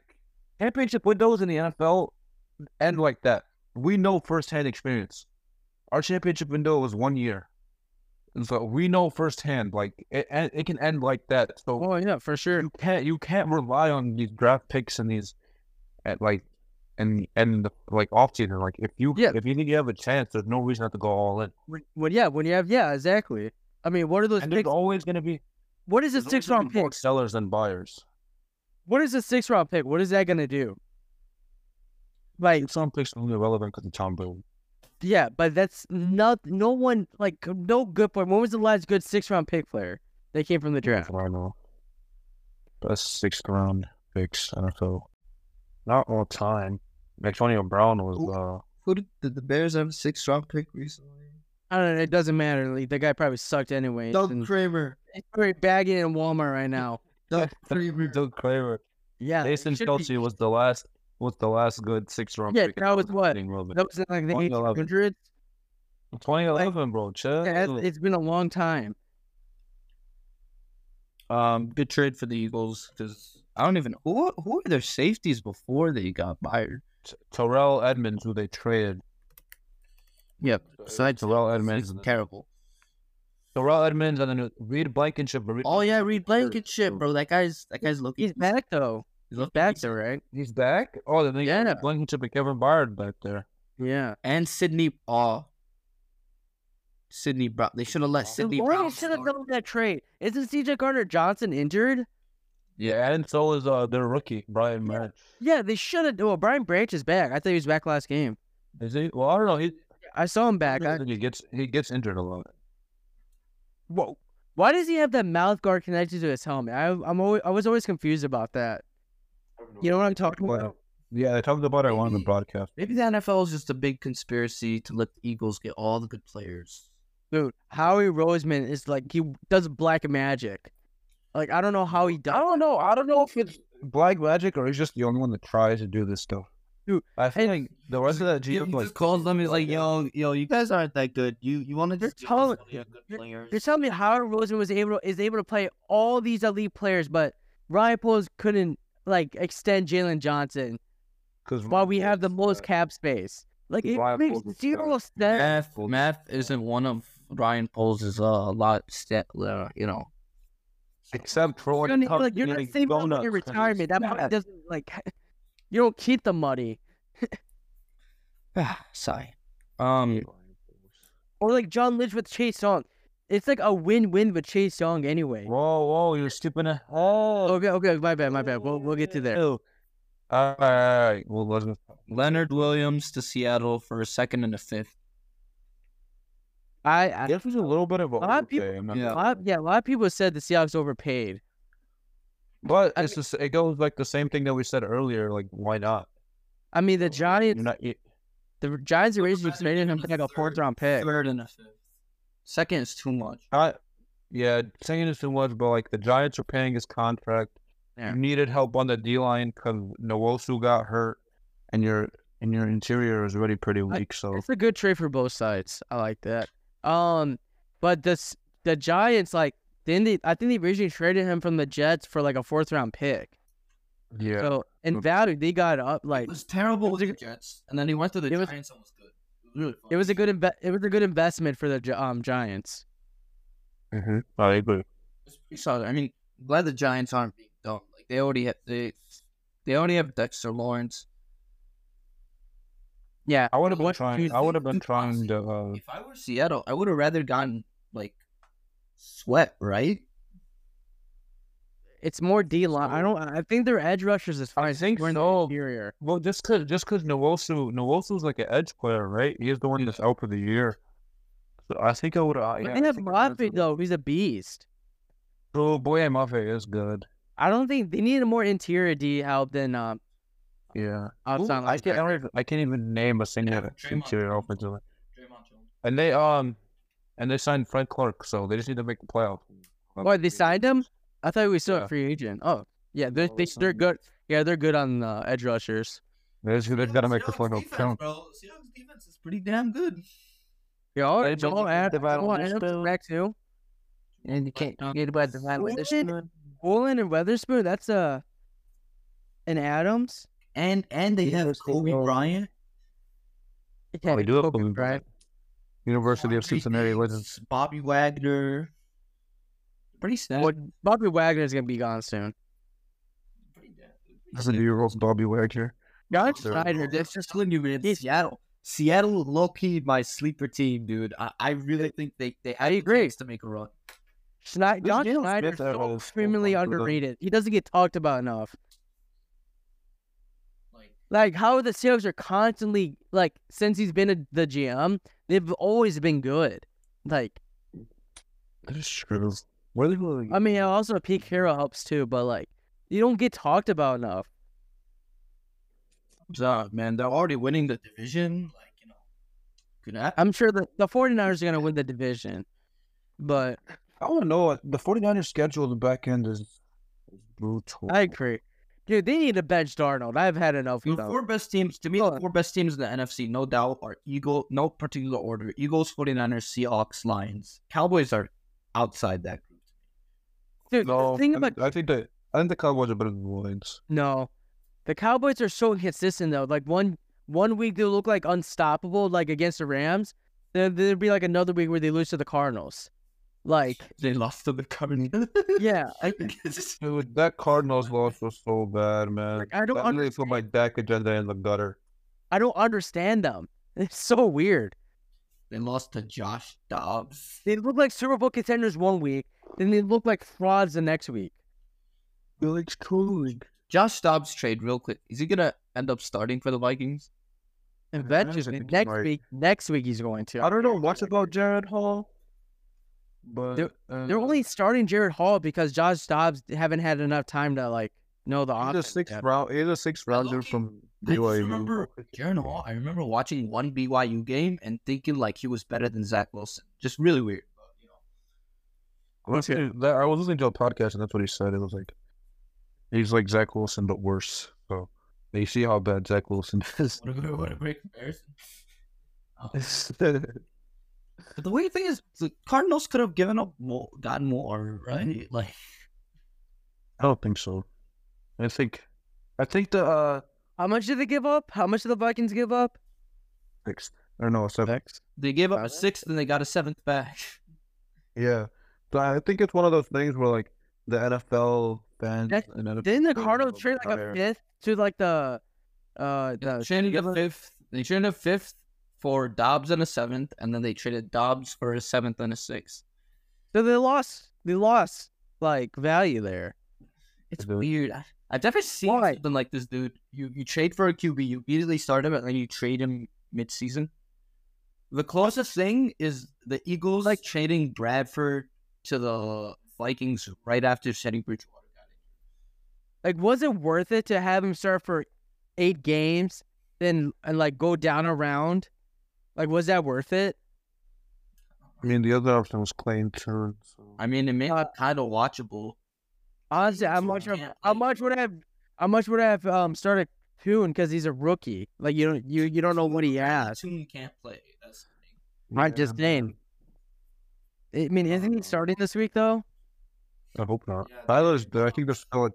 championship windows in the NFL end like that. We know firsthand experience. Our championship window was one year, and so we know firsthand. Like it, it it can end like that. So Oh yeah, for sure. you can't you can't rely on these draft picks and these at like and and the, like off season. Like if you Yeah. if you think you have a chance, there's no reason not to go all in. When, when yeah, when you have yeah, exactly. I mean, what are those And there's picks? always gonna be What is a there's always six gonna round be more pick? sellers than buyers. What is a six round pick? What is that gonna do? Like, Some picks are only relevant because of Tom Brady. yeah, but that's not no one like no good player. When was the last good six round pick player that came from the draft? I know. Best sixth round picks NFL. Not all time. Antonio Brown Who- was uh, Who did, did the Bears have a sixth round pick recently? I don't know. It doesn't matter. Like, the guy probably sucked anyway. Doug Kramer. We're bagging in Walmart right now. Doug uh, Kramer. Doug Kramer. Yeah, it Jason should be- Kelsey was the last was the last good six round Yeah, pick. that was what? getting relevant. That was in like the 2011. 1800s. 2011, bro. Chill. Yeah, it's- it's been a long time. Um, good trade for the Eagles because I don't even who who were their safeties before they got fired. T- Terrell Edmonds, who they traded. Yep. Besides Terrell Edmonds. it's terrible. Terrell Edmonds and then Reed Blankenship. but Reed Oh yeah, Reed Blankenship hurt, Blankenship, so- bro. That guy's that guy's looking. He's back though. He's looking Back though, right? He's back. Oh, then they got Yeah. Reed Blankenship and Kevin Byard back there. Yeah. and Sydney. Oh, Sydney Brown. They should have let The Sydney Brown. Warriors should have start. done that trade. Isn't CJ Gardner Johnson injured? Yeah, and so is uh, their rookie Brian Branch. Yeah, they should have. Well, Brian Branch is back. I thought he was back last game. Is he? Well, I don't know. He, I saw him I back. I, don't think he gets he gets injured a lot. whoa. Why does he have that mouth guard connected to his helmet? I, I'm always, I was always confused about that. You know what I'm talking Well, about? Yeah, they talked about it on one of the Maybe- broadcasts. Maybe the NFL is just a big conspiracy to let the Eagles get all the good players. Dude, Howie Roseman is like he does black magic. Like I don't know how he does. I don't know. I don't know if it's black magic or he's just the only one that tries to do this stuff. Dude, I feel and- like the rest of that He GM like just calls them. He's like, "Yo, yo, you guys aren't that good. You, you want to They're just give us all talented. your good players." You're telling me Howard Roseman was able is able to play all these elite players, but Ryan Poles couldn't like extend Jalen Johnson because while we have the most cap space. Like it Ryan makes Poles is zero better. sense. Math, math isn't one of Ryan Poles' uh, lot step. Uh, you know, except for You're, when gonna- it comes e, like, you're to not getting saving up donuts your 'cause it's retirement. That money bad. doesn't like you don't keep the money. sigh. Um, Or like John Lynch with Chase Young. It's like a win-win with Chase Young anyway. Whoa, whoa, you're skipping ahead. Oh, Okay, okay, my bad, my bad. We'll we'll get to there. All right, all right. Well, let's go. Leonard Williams to Seattle for a second and a fifth. I, I This was a little bit of a lot of people- overpay, I'm not Yeah. a gonna lot, lie. yeah, a lot of people said the Seahawks overpaid. But it's just, it goes like the same thing that we said earlier. Like, why not? I mean, the You're Giants, not. You, the Giants are raising Imagine traded him being for the like a fourth third- round pick. Third and a fifth. Second is too much. I, yeah, saying it too much, but like the Giants are paying his contract. Yeah. You needed help on the D line because Nwosu got hurt, and your and your interior is already pretty weak. so It's a good trade for both sides. I like that. Um, but this the Giants like then they I think they originally traded him from the Jets for like a fourth round pick. yeah, So in Oops. value they got up It like was terrible with the Jets, and then he went to the It was- Giants and was good. Really it was a funny. good inve- it was a good investment for the Gi- um Giants. Mhm. I agree. It's pretty solid. I mean, I'm glad the Giants aren't being dumb. Like they already have they they already have Dexter Lawrence. Yeah, I would have been What do you trying. I would have been think the trying to. Uh, If I were Seattle, I would have rather gotten like Sweat, right? It's more D line. I don't. I think their edge rushers is fine. I think we're in the so. interior. Well, just cause just cause Nwosu Nwosu's like an edge player, right? He's the one that's out for the year. So I think I would. Uh, But yeah, they I have think I Moffitt would've- though. He's a beast. Oh boy, Mafe is good. I don't think they need a more interior D help than um Yeah, Ooh, outside. I can't. I, linebacker. don't even, I can't even name a single Draymond interior Jones. offensive. line. Draymond Jones. And they um, and they signed Frank Clark, so they just need to make the playoff. Or they signed him. I thought we saw Yeah. a free agent. Oh yeah, they're, No, they they signed they're him. good. Yeah, they're good on uh, edge rushers. They just, they've got to make the playoff count. Bro, Seahawks defense is pretty damn good. Yo, They Joel don't get Ad- the battle Joel in Adams is still. back too. And you can't forget about the line with this Wouldn't- one. Woolen and Weatherspoon. That's a an Adams. And and they have Interesting, Kobe bro. Bryant. Yeah, They do have Kobe right? Bryant. University of Andre Cincinnati Diggs, Legends. Bobby Wagner. Pretty snap. Well, Bobby Wagner's gonna be gone soon. Pretty damn good. That's a New York Bobby Wagner. John Sure. Schneider. That's just when you in He's- Seattle. Seattle, low key, my sleeper team, dude. I, I really think they they have the agree. chance to make a run. Schneid- Who's John Jalen Schneider is Smith out of so the- extremely out of the- underrated. He doesn't get talked about enough. Like Like how the Seahawks are constantly like since he's been a, the GM, they've always been good. Like That is true. Where are they going? I mean, also Pete Carroll helps too, but like you don't get talked about enough. Nah, man, they're already winning the division. Like you know, good app. I'm sure the the 49ers are gonna win the division, but I don't know. The 49ers schedule the back end is is brutal. I agree, dude. They need to bench Darnold. I've had enough The of them. four best teams to me, Hold the on. four best teams in the NFC, no doubt, are Eagle. No particular order: Eagles, 49ers, Seahawks, Lions. Cowboys are outside that group. Dude, no, the thing I- about I think that I think the Cowboys are better than the Lions. No, the Cowboys are so inconsistent though. Like one one week they look like unstoppable, like against the Rams. Then there'd be like another week where they lose to the Cardinals. Like They lost to the Cardinals. yeah, I, Dude, that Cardinals loss was so bad, man. I don't that really put my Dak agenda in the gutter. I don't understand them. It's so weird. they lost to Josh Dobbs. They look like Super Bowl contenders one week, then they look like frauds the next week. Felix Cooling. Josh Dobbs trade real quick. Is he gonna end up starting for the Vikings? And Yeah, I eventually- think he's next right. week, next week he's going to. I don't know much about Jared Hall, but uh, They're only starting Jared Hall because Josh Dobbs haven't had enough time to like know the he's a offense. sixth yet. round. He's a sixth rounder Loki- from I just BYU. remember Jaron Hall. I remember watching one BYU game and thinking like he was better than Zach Wilson. Just really weird. but, you know. Listening to that- I was listening to a podcast and that's what he said. It was like he's like Zach Wilson but worse. So they see how bad Zach Wilson is. What a great, what a great comparison. But the weird thing is, the Cardinals could have given up more, gotten more, right? Like, I don't think so. I think I think the uh How much did they give up? How much did the Vikings give up? sixth or no seventh. they gave up a Five? sixth and they got a seventh back. Yeah. So I think it's one of those things where like the NFL fans That- and NFL Didn't the players Cardinals are trade like a tired. fifth to like the uh They the traded a fifth. They traded a fifth for Dobbs and a seventh, and then they traded Dobbs for a seventh and a sixth. so they lost they lost like value there. It's Dude. weird. I, I've never seen Why? something like this, dude. You you trade for a QB, you immediately start him, and then you trade him mid-season. The closest thing is the Eagles like trading Bradford to the Vikings right after setting Bridgewater got it. Like was it worth it to have him start for eight games then and like go down a round? Like was that worth it? I mean the other option was Clayton Turn, so I mean, it made Uh, it kind of watchable. Honestly, how So, much of, yeah, how like- much would I have how much would I have um started Kuhn because he's a rookie? Like you don't you you don't know what he has. Tune can't play. That's the thing. I'm just Yeah, saying. I mean, isn't he starting this week though? I hope not. Yeah, Kyler's they- I think there's still a,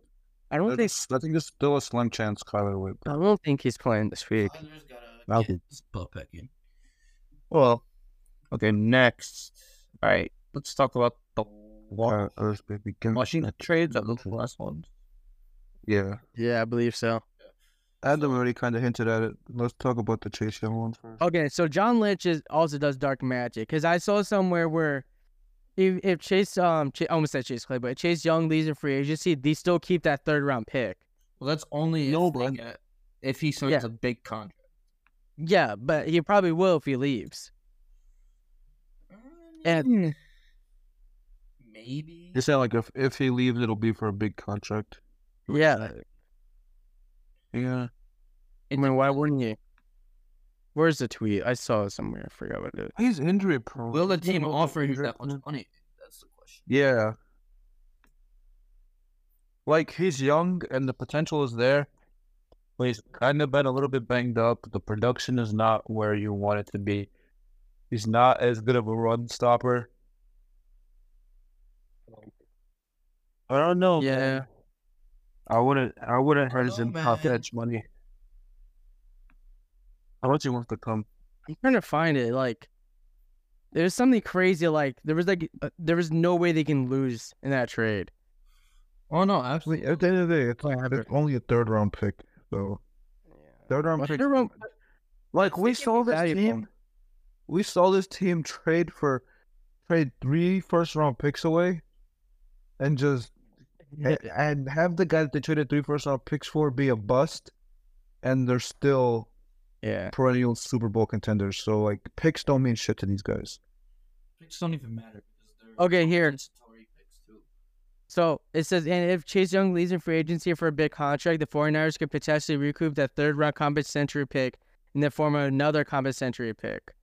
I don't think I think there's still a slim chance Kyler would I don't think he's playing this week. Kyler's gotta Malcolm. get his butt back in. Well, okay, next. All right, let's talk about the uh, Wa- oh, Earth baby can- Washington trades. That was the last one. Yeah. Yeah, I believe so. Adam already kind of hinted at it. Let's talk about the Chase Oh. Young one first. Okay, so John Lynch is also does dark magic because I saw somewhere where if, if Chase um Ch- I almost said Chase Clay, but if Chase Young leaves in free agency, they still keep that third round pick. Well, that's only No, if, they but- get- if he signs Yeah. a big contract. Yeah, but he probably will if he leaves. And- Eh, maybe You said like if if he leaves, it'll be for a big contract. Yeah. Yeah. I mean, why wouldn't you? Where's the tweet? I saw it somewhere. I forgot what it He's injury prone. will the team He's offer you that injury-prone. much money? That's the question. Yeah. Like he's young and the potential is there. But he's kind of been a little bit banged up. The production is not where you want it to be. He's not as good of a run stopper. I don't know. Yeah. man. I wouldn't. I wouldn't I don't hurt him know, top man. edge money. How much he wants to come? I'm trying to find it. Like, there's something crazy. Like, there was like, uh, there was no way they can lose in that trade. Oh no, I mean, at the end of the day, it's, like, it's only a third round pick. So third round What pick. third round- Like we saw this valuable. team, we saw this team trade for trade three first round picks away, and just and, and have the guy that they traded three first round picks for be a bust, and they're still Yeah. perennial Super Bowl contenders. So like picks don't mean shit to these guys. picks don't even matter because they're Okay, here. compensatory picks too. So it says, and if Chase Young leaves in free agency for a big contract, the 49ers could potentially recoup that third round compensatory pick in the form of another compensatory pick.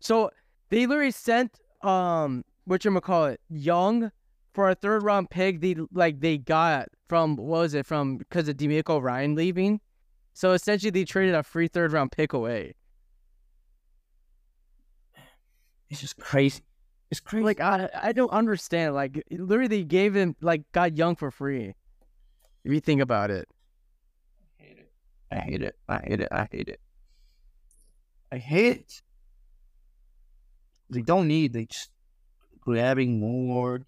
So they literally sent um whatchamacallit, Young for a third round pick they like they got from what was it from because of D'Amico Ryan leaving. So essentially they traded a free third round pick away. It's just crazy. It's crazy. Like I I don't understand. Like literally they gave him like got Young for free. If you think about it. I hate it. I hate it. I hate it. I hate it. I hate it. They don't need. They just grabbing more.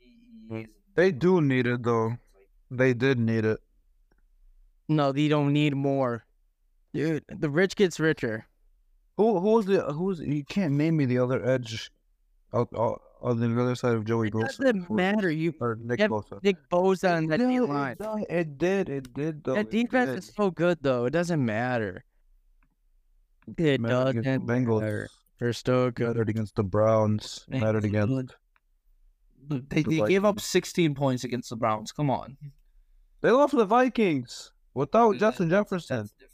They do need it though. They did need it. No, they don't need more. Dude, the rich gets richer. Who who's the who's you can't name me the other edge, out, out, on the other side of Joey It Bosa doesn't or- matter. You or Nick Yep. Bosa. Nick Bosa on that No, D it line. don't- It did. It did. Though. That defense is so good though. It doesn't matter. It mattered against doesn't the Bengals. matter. They're still good. Mattered against the Browns. Mattered against. Look, they, The they gave up Vikings. 16 points against the Browns. Come on. They lost to the Vikings without Justin Jefferson. That's different.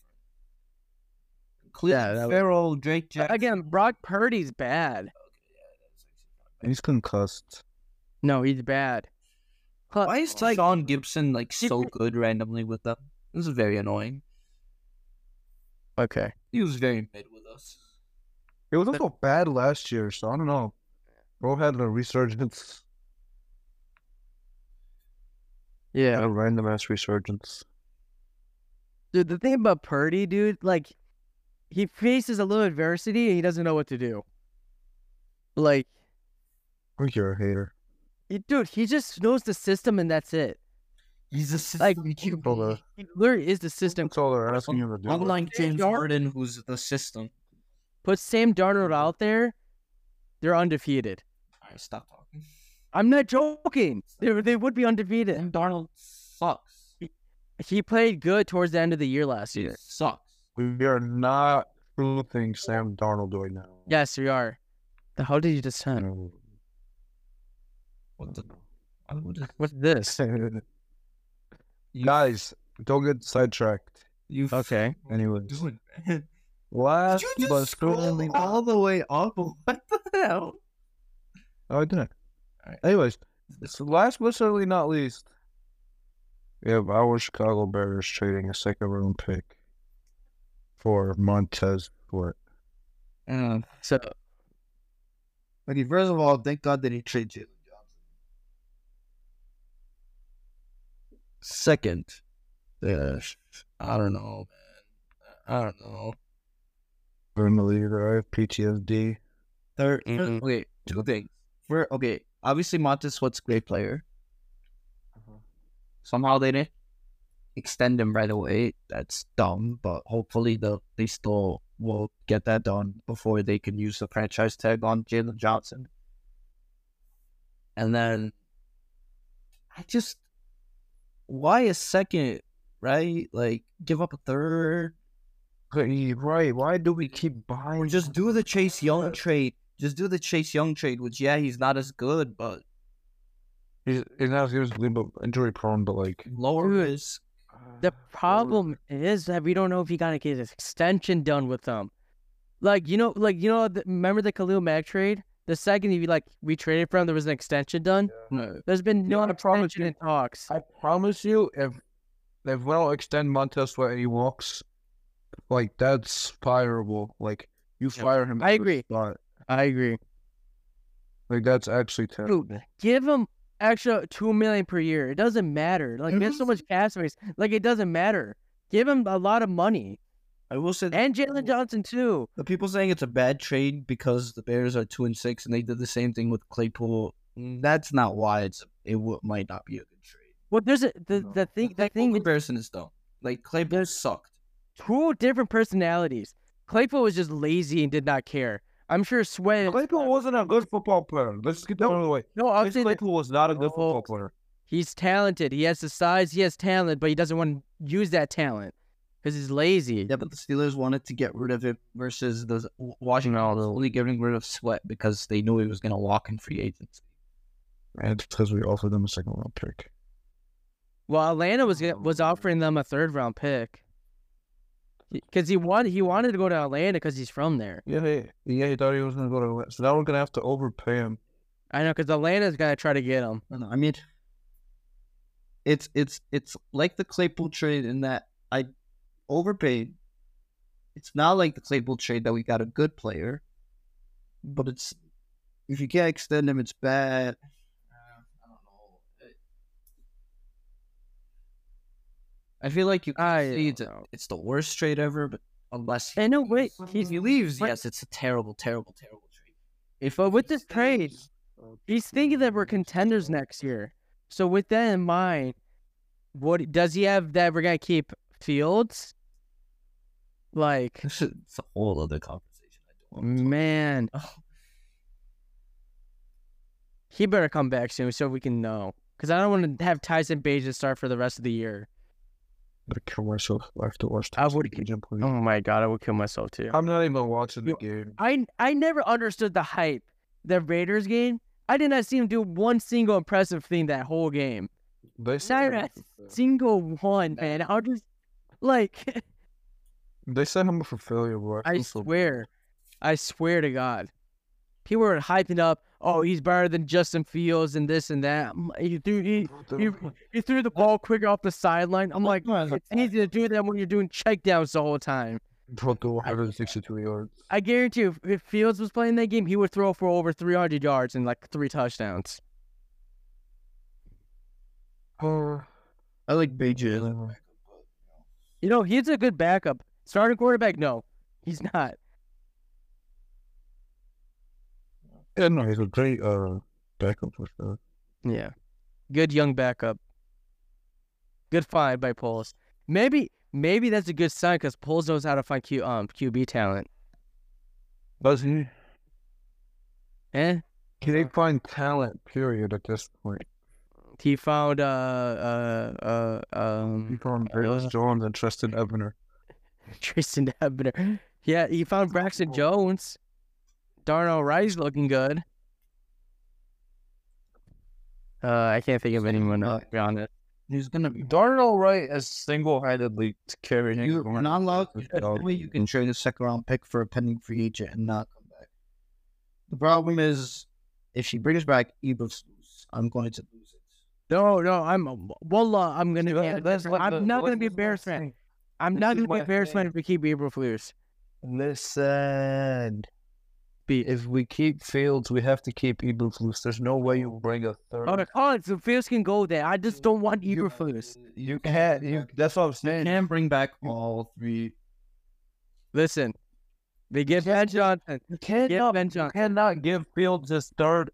Cleveland that was- Farrell, Drake Jackson. Again, Brock Purdy's bad. He's concussed. No, he's bad. But, Why is like Oh, Sean Gibson like so good randomly with them? This is very annoying. okay? He was very mid with us. It was also bad last year, so I don't know. Bro had a resurgence, Yeah, a random ass resurgence. dude. The thing about Purdy, dude, like he faces a little adversity and he doesn't know what to do. Like Oh, You're a hater. He- dude, he just knows the system and that's it. He's a system Like- QB. He literally is the system. That's all they're asking him to do. Unlike James Yard- Harden, who's the system. Put Sam Darnold out there, they're undefeated. All right, stop talking. I'm not joking. They, they would be undefeated. Sam Darnold sucks. He He played good towards the end of the year last year. sucks. We are not proving Sam Darnold right now. Yes, we are. The hell did you just send? No. What the? I would- What's this? Guys, don't get sidetracked. You Okay. Anyways, doing, man? last Did you but just scroll certainly all the way up? What the hell? Oh, I didn't. Alright. Anyways, so last but certainly not least, we have our Chicago Bears trading a second round pick for Montez Fort. Uh, So Okay, first of all, thank God they didn't trade Jalen Johnson. Second, uh, I don't know, man. I don't know. In the leader, I have PTSD. 3rd Mhm. Okay, two things. we're okay. Obviously, Montez Sweat's a great player. Somehow they didn't Extend him right away. That's dumb, but hopefully the they still will get that done before they can use the franchise tag on Jalen Johnson. And then I just why a second, right? Like give up a third. Right. Why do we keep Or buying? just do the Chase Young trade. Just do the Chase Young trade, which yeah, he's not as good, but He's, he's not he was a little bit injury prone, but like lower Dude. risk. The problem is that we don't know if he got to get his extension done with them. Like you know, like you know, the, remember the Khalil Mack trade? The second he like we traded for him, there was an extension done. No. There's been no Yeah, I promise extension in talks. I promise you, if if we don't extend Montez Sweat and he walks, like that's fireable. Like you fire him. I at the agree. spot. I agree. Like that's actually terrible. Dude, give him extra two million per year. It doesn't matter. Like we have so Mm-hmm. much cap space. Like it doesn't matter. Give him a lot of money I will say and Mm-hmm. Jalen Johnson too. the people saying it's a bad trade because the Bears are two and six and they did the same thing with Claypool. mm, That's not why it's it w- might not be a good trade. Well, there's a the, No. the thing. The That thing with comparison is dumb. Like Claypool sucked. two different personalities. Claypool was just lazy and did not care. I'm sure Sweat. Claypool wasn't a good football player. Let's get that out of the way. no, I'm Chase saying that Claypool was not a No. good football player. he's talented. He has the size. He has talent, but he doesn't want to use that talent because he's lazy. Yeah, Yeah, but the Steelers wanted to get rid of him versus the Washington was only getting rid of Sweat because they knew he was going to walk in free agency. And because we offered them a second round pick. Well, Atlanta was Oh, gonna- was offering them a third round pick because he wanted he wanted to go to Atlanta because he's from there. Yeah, he, yeah, he thought he was gonna go to Atlanta. So now we're gonna have to overpay him. I know because Atlanta's gonna try to get him. I, don't know. I mean, it's it's it's like the Claypool trade in that I overpaid. It's not like the Claypool trade that we got a good player, but it's if you can't extend him, it's bad. I don't know. I feel like you can I see don't it's, know. it's the worst trade ever, but unless he, And no, wait, if he's he leaves, what- yes, it's a terrible, terrible, terrible trade. If uh, But with he this trade, stays- he's thinking that we're contenders next year. So with that in mind, what does he have that we're gonna keep Fields? Like, it's a whole other conversation. I don't Mm. want to talk man, about. he better come back soon so we can know. Because I don't want to have Tyson Bajan start for the rest of the year. The commercial left to watch. I would- Oh my god, I would kill myself too. I'm not even watching the game. I I never understood the hype. The Raiders game, I did not see him do one single impressive thing that whole game. They Not sent a him, single one, man. I'll just like. they sent him for failure, bro. I feel so bad. swear, I swear to God, people were hyping up. Oh, he's better than Justin Fields and this and that. I'm like, He threw he, he, he threw the ball quicker off the sideline. I'm like, it's easy to do that when you're doing checkdowns the whole time. Bro, threw 162 yards. I guarantee you, if Fields was playing that game, he would throw for over 300 yards and like three touchdowns. Uh, I like Beijing. whatever. You know, he's a good backup. Starting quarterback? No, he's not. Yeah, no, he's a great uh, backup for sure. Yeah. Good young backup. Good find by Poles. Maybe maybe that's a good sign because Poles knows how to find Q um QB talent. Does he? Eh? Can they find talent? Period. At this point, He found uh uh uh he um found Ernest Jones and Tristan Ebner. Tristan Ebner. Yeah, he found Braxton Jones. Darnell Rice looking good. Uh, I can't think of anyone. Uh, to be honest. He's gonna be. Darnell Wright is single-handedly carrying. You're not allowed. dog. The way you can trade a second round pick for a pending free agent and not come back. The problem is, if she brings back Ebers, I'm going to lose it. No, no, I'm wallah. I'm gonna. be- I'm not gonna be a Bears fan. I'm This not is gonna be my embarrassed if we keep Eberflus. Listen, Be if we keep Fields, we have to keep Eberflus. There's no way you bring a third. oh, the cards, the Fields can go there. I just don't want Eberflus. You can't. You, that's what I'm You saying. can bring back all three. Listen, they get Ben Johnson. You can't. Get Ben You Johnson. cannot give Fields his third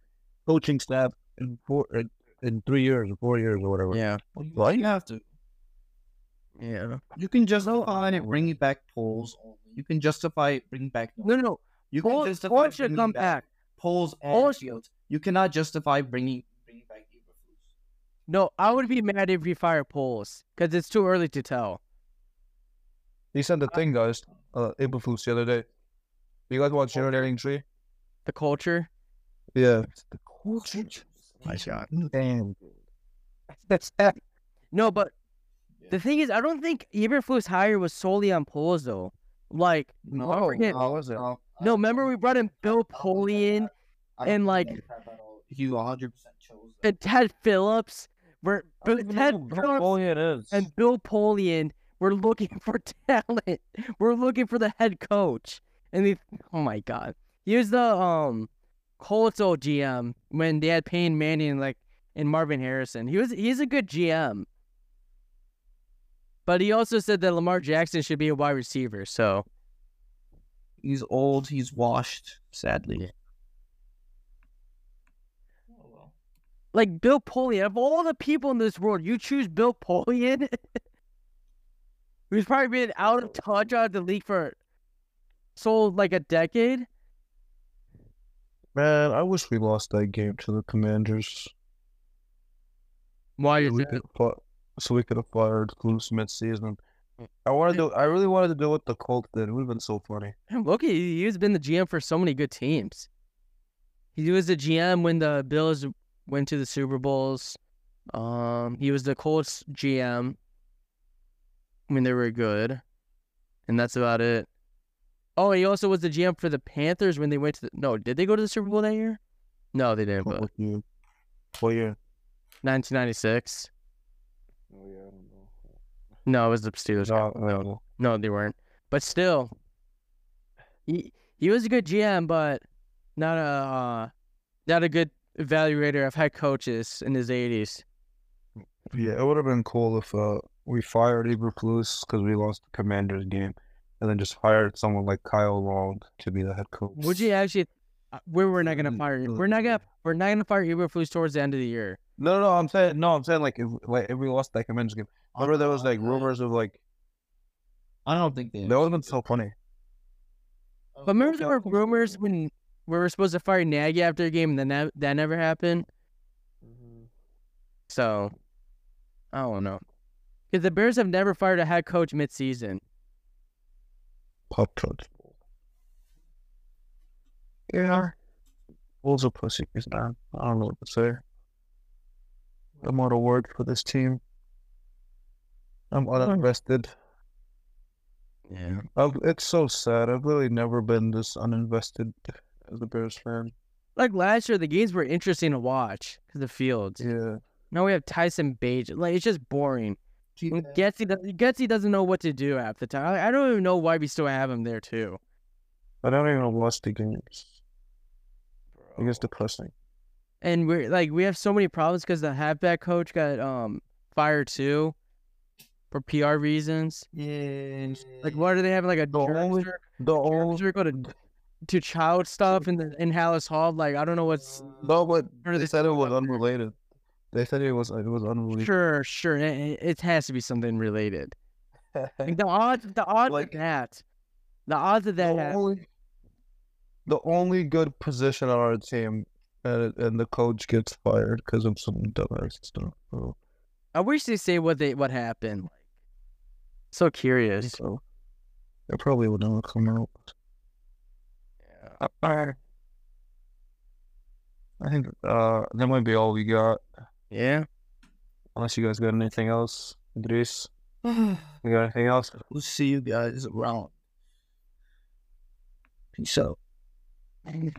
coaching staff in four in, in three years, or four years, or whatever. Yeah, Well, you, What? you have to. yeah. You can justify it bringing back polls only. You can justify it bringing back. No, no. You can Paul, justify Paul should bringing come back. polls and Paul- Fields. You cannot justify bringing bring back Eberflus. No, I would be mad if you fire polls because it's too early to tell. He sent a thing, guys. Uh, Eberflus the other day. You guys watch Generating Tree? The culture. Yeah. My shot. Damn. That's that. No, but Yeah. the thing is, I don't think Eberflus' hire was solely on polls though. Like, No, forget- no, was it? No, no, remember we brought in Bill Polian and, like- you 100 percent chose. and Ted Phillips. Were Bill, Ted Phillips and Bill Polian were looking for talent. We're looking for the head coach, and they, oh my god, he was the um Colts old GM when they had Payne Manning and like and Marvin Harrison. He was he's a good GM, but he also said that Lamar Jackson should be a wide receiver. So He's old. He's washed. Sadly. Oh, like Bill Polian, of all the people in this world, you choose Bill Polian, who's probably been out of touch, out of the league for so like a decade. Man, I wish we lost that game to the Commanders. Why So we could have so we could have fired Clues mid-season. I wanted to. I really wanted to do what the Colts did. It would have been so funny. Look, he- he's been the GM for so many good teams. He was the GM when the Bills went to the Super Bowls. Um, he was the Colts GM when they were good, and that's about it. Oh, he also was the GM for the Panthers when they went to the. No, did they go to the Super Bowl that year? No, they didn't. But What year? What year? 1996. Oh, yeah, I don't know. No, it was the Steelers. No, no, no. No, they weren't. But still, he he was a good GM, but not a uh, not a good evaluator of head coaches in his eighties. Yeah, it would have been cool if uh, we fired Eberflus because we lost the Commanders game, and then just hired someone like Kyle Long to be the head coach. Would you actually? uh, We were not gonna Mm, fire. We're not gonna. We're not gonna fire Eberflus towards the end of the year. No, no, I'm saying no. I'm saying like if like if we lost that Commanders game, remember there was like rumors of like I don't think they. that would have been so funny. But remember there were rumors when we were supposed to fire Nagy after a game, and then that, that never happened. Mm-hmm. So, I don't know. Because the Bears have never fired a head coach mid-season. Pop Tarts Bowl. Yeah. Bulls are pussies, man. I don't know what to say. I'm out of work for this team. Hmm. I'm uninvested. Yeah. I've, it's so sad. I've really never been this uninvested as a Bears fan. like last year, the games were interesting to watch because the fields. Yeah. Now we have Tyson Bage. Like it's just boring. And Getsy, does- Getsy doesn't know what to do half the time. I, I don't even know why we still have him there too. I don't even watch the games. It gets depressing. And we're like we have so many problems because the halfback coach got um fired too for PR reasons. Yeah. Like why do they have like a The only- jerk- The jerk only circle to to child stuff in the in Hallis Hall? Like I don't know what's no, but Or they they said it was out there. unrelated. They said it was it was unrelated. sure sure it, it has to be something related. Like the odds, the odds Like- of that, the odds of that. the only, the only good position on our team, and, and the coach gets fired because of some dumbass stuff. So, I wish they say what they what happened. Like, so curious. so it probably would never come out. I think uh, that might be all we got. Yeah. Unless you guys got anything else, Idris. You got anything else? We'll see you guys around. Peace out.